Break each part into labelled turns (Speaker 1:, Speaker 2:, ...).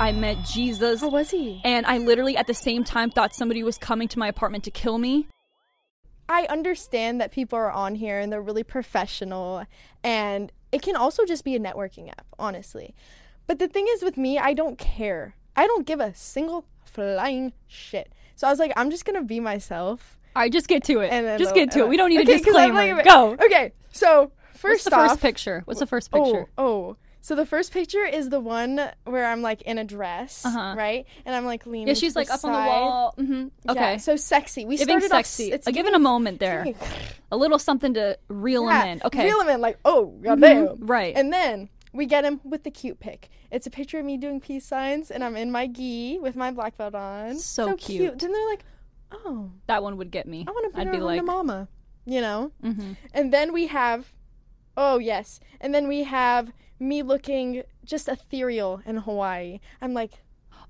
Speaker 1: I met Jesus.
Speaker 2: How was he?
Speaker 1: And I literally at the same time thought somebody was coming to my apartment to kill me.
Speaker 2: I understand that people are on here and they're really professional, and it can also just be a networking app, honestly. But the thing is, with me, I don't care. I don't give a single flying shit. So I was like, I'm just gonna be myself.
Speaker 1: All right, just get to it.
Speaker 2: And then
Speaker 1: just
Speaker 2: they'll-
Speaker 1: get to
Speaker 2: and
Speaker 1: it. We don't need a
Speaker 2: Okay, 'cause I'm
Speaker 1: disclaimer.
Speaker 2: like-
Speaker 1: Go.
Speaker 2: Okay, so
Speaker 1: What's
Speaker 2: first
Speaker 1: the
Speaker 2: off,
Speaker 1: first picture? What's the first picture?
Speaker 2: Oh, oh. So the first picture is the one where I'm like in a dress,
Speaker 1: Uh-huh.
Speaker 2: right? And I'm like leaning.
Speaker 1: yeah, she's
Speaker 2: to
Speaker 1: like
Speaker 2: the
Speaker 1: up on the
Speaker 2: side.
Speaker 1: wall. hmm
Speaker 2: Yeah,
Speaker 1: Okay.
Speaker 2: so sexy. We
Speaker 1: giving
Speaker 2: started off s-
Speaker 1: sexy.
Speaker 2: it's
Speaker 1: Uh, giving a moment there.
Speaker 2: giving-
Speaker 1: A little something to reel
Speaker 2: yeah,
Speaker 1: him in. Okay. Mm-hmm.
Speaker 2: Reel him in, like oh goddamn.
Speaker 1: Right.
Speaker 2: And then we get him with the cute pic. It's a picture of me doing peace signs, and I'm in my gi with my black belt on.
Speaker 1: So
Speaker 2: cute.
Speaker 1: cute.
Speaker 2: And they're like, oh,
Speaker 1: that one would get me.
Speaker 2: I want to bring
Speaker 1: I'd
Speaker 2: her
Speaker 1: be
Speaker 2: home
Speaker 1: like,
Speaker 2: to mama. You know.
Speaker 1: hmm
Speaker 2: And then we have, oh yes, and then we have me looking just ethereal in Hawaii. I'm like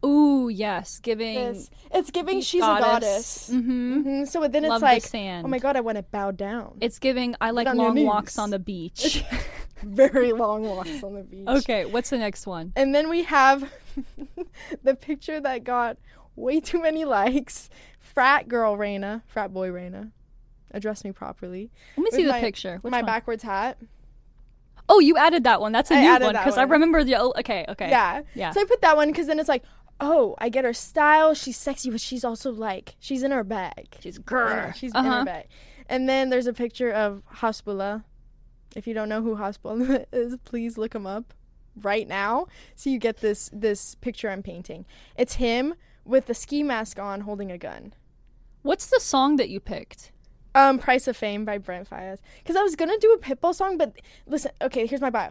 Speaker 1: ooh, yes, giving.
Speaker 2: this. It's giving she's a goddess.
Speaker 1: Mm-hmm.
Speaker 2: Mhm, So then it's
Speaker 1: Love
Speaker 2: like,
Speaker 1: the sand.
Speaker 2: oh my god, I want to bow down.
Speaker 1: It's giving. I like
Speaker 2: on your
Speaker 1: long walks
Speaker 2: knees.
Speaker 1: on the beach.
Speaker 2: Very long walks on the beach.
Speaker 1: okay, what's the next one?
Speaker 2: And then we have the picture that got way too many likes. Frat girl Raina, frat boy Raina. Address me properly.
Speaker 1: Let me
Speaker 2: With
Speaker 1: see the
Speaker 2: my-
Speaker 1: picture. Which
Speaker 2: my
Speaker 1: one?
Speaker 2: backwards hat.
Speaker 1: Oh, you added that one. That's a
Speaker 2: I
Speaker 1: new
Speaker 2: added
Speaker 1: one
Speaker 2: that
Speaker 1: because I
Speaker 2: one.
Speaker 1: remember the. Oh, okay, okay.
Speaker 2: Yeah.
Speaker 1: Yeah.
Speaker 2: So I put that one because then it's like, oh, I get her style. She's sexy, but she's also like, she's in her bag.
Speaker 1: She's
Speaker 2: In her-
Speaker 1: grr.
Speaker 2: She's in
Speaker 1: uh-huh.
Speaker 2: her bag. And then there's a picture of Hasbullah. If you don't know who Hasbullah is, please look him up right now. So you get this this picture I'm painting. It's him with the ski mask on, holding a gun.
Speaker 1: What's the song that you picked?
Speaker 2: Um, Price of Fame by Brent Fias. Because I was gonna do a Pitbull song, but listen, okay, here's my bio.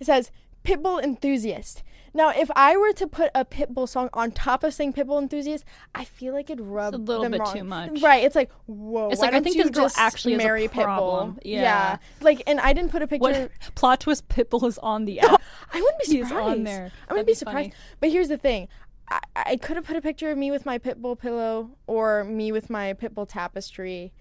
Speaker 2: It says Pitbull enthusiast. Now, if I were to put a Pitbull song on top of saying Pitbull enthusiast, I feel like it rubs
Speaker 1: a little
Speaker 2: them
Speaker 1: bit
Speaker 2: wrong.
Speaker 1: too much.
Speaker 2: Right? It's like whoa.
Speaker 1: It's
Speaker 2: why
Speaker 1: like, I
Speaker 2: don't
Speaker 1: think
Speaker 2: you
Speaker 1: this girl
Speaker 2: just
Speaker 1: actually has a
Speaker 2: marry
Speaker 1: problem.
Speaker 2: Pitbull.
Speaker 1: Yeah.
Speaker 2: Like, and I didn't put a picture.
Speaker 1: What plot twist? Pitbull is on the app.
Speaker 2: I wouldn't be
Speaker 1: He's
Speaker 2: surprised.
Speaker 1: on there.
Speaker 2: I
Speaker 1: That'd
Speaker 2: wouldn't
Speaker 1: be
Speaker 2: be surprised. But here's the thing. I, I could have put a picture of me with my pitbull pillow or me with my pitbull tapestry.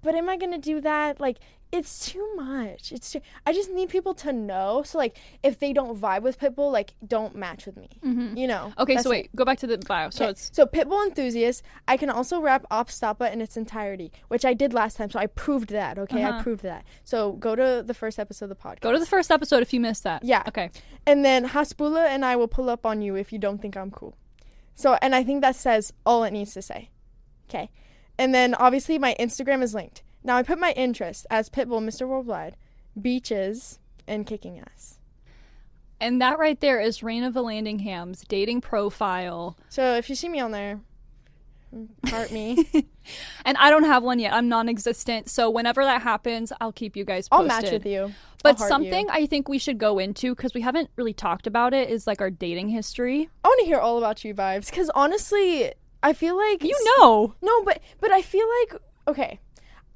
Speaker 2: But am I going to do that? Like it's too much. It's too, I just need people to know. So like if they don't vibe with pitbull, like don't match with me. You know.
Speaker 1: Mm-hmm. Okay,
Speaker 2: That's
Speaker 1: so
Speaker 2: it.
Speaker 1: wait, go back to the bio. So
Speaker 2: Okay,
Speaker 1: it's
Speaker 2: so pitbull enthusiast. I can also rap Opstapa in its entirety, which I did last time. So I proved that. Okay,
Speaker 1: Uh-huh.
Speaker 2: I proved that. So go to the first episode of the podcast.
Speaker 1: go to the first episode if you missed that.
Speaker 2: Yeah.
Speaker 1: Okay.
Speaker 2: And then Hasbula and I will pull up on you if you don't think I'm cool. So, and I think that says all it needs to say. Okay. And then obviously my Instagram is linked. Now I put my interest as Pitbull, Mr. Worldwide, beaches, and kicking ass.
Speaker 1: And that right there is Raina Vallandingham's dating profile.
Speaker 2: So if you see me on there, heart me.
Speaker 1: And I don't have one yet. I'm non existent. So whenever that happens, I'll keep you guys
Speaker 2: I'll
Speaker 1: posted.
Speaker 2: match with you. I'll
Speaker 1: But
Speaker 2: heart you.
Speaker 1: something I think we should go into because we haven't really talked about it is like our dating history.
Speaker 2: I want to hear all about you vibes because honestly, I feel like
Speaker 1: You know.
Speaker 2: No, but but I feel like okay.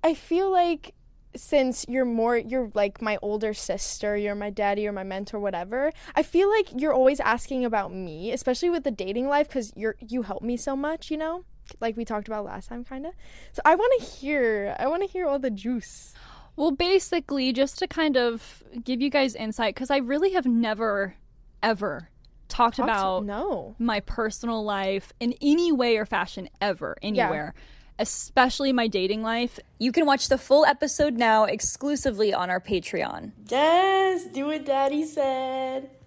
Speaker 2: I feel like since you're more you're like my older sister, you're my daddy, you're my mentor, whatever. I feel like you're always asking about me, especially with the dating life cuz you're you help me so much, you know? Like we talked about last time kind of. So I want to hear I want to hear all the juice.
Speaker 1: Well, basically, just to kind of give you guys insight, because I really have never, ever talked
Speaker 2: Talk to-
Speaker 1: about
Speaker 2: No.
Speaker 1: my personal life in any way or fashion ever, anywhere. Especially my dating life. You can watch the full episode now exclusively on our Patreon.
Speaker 2: Yes, do what daddy said.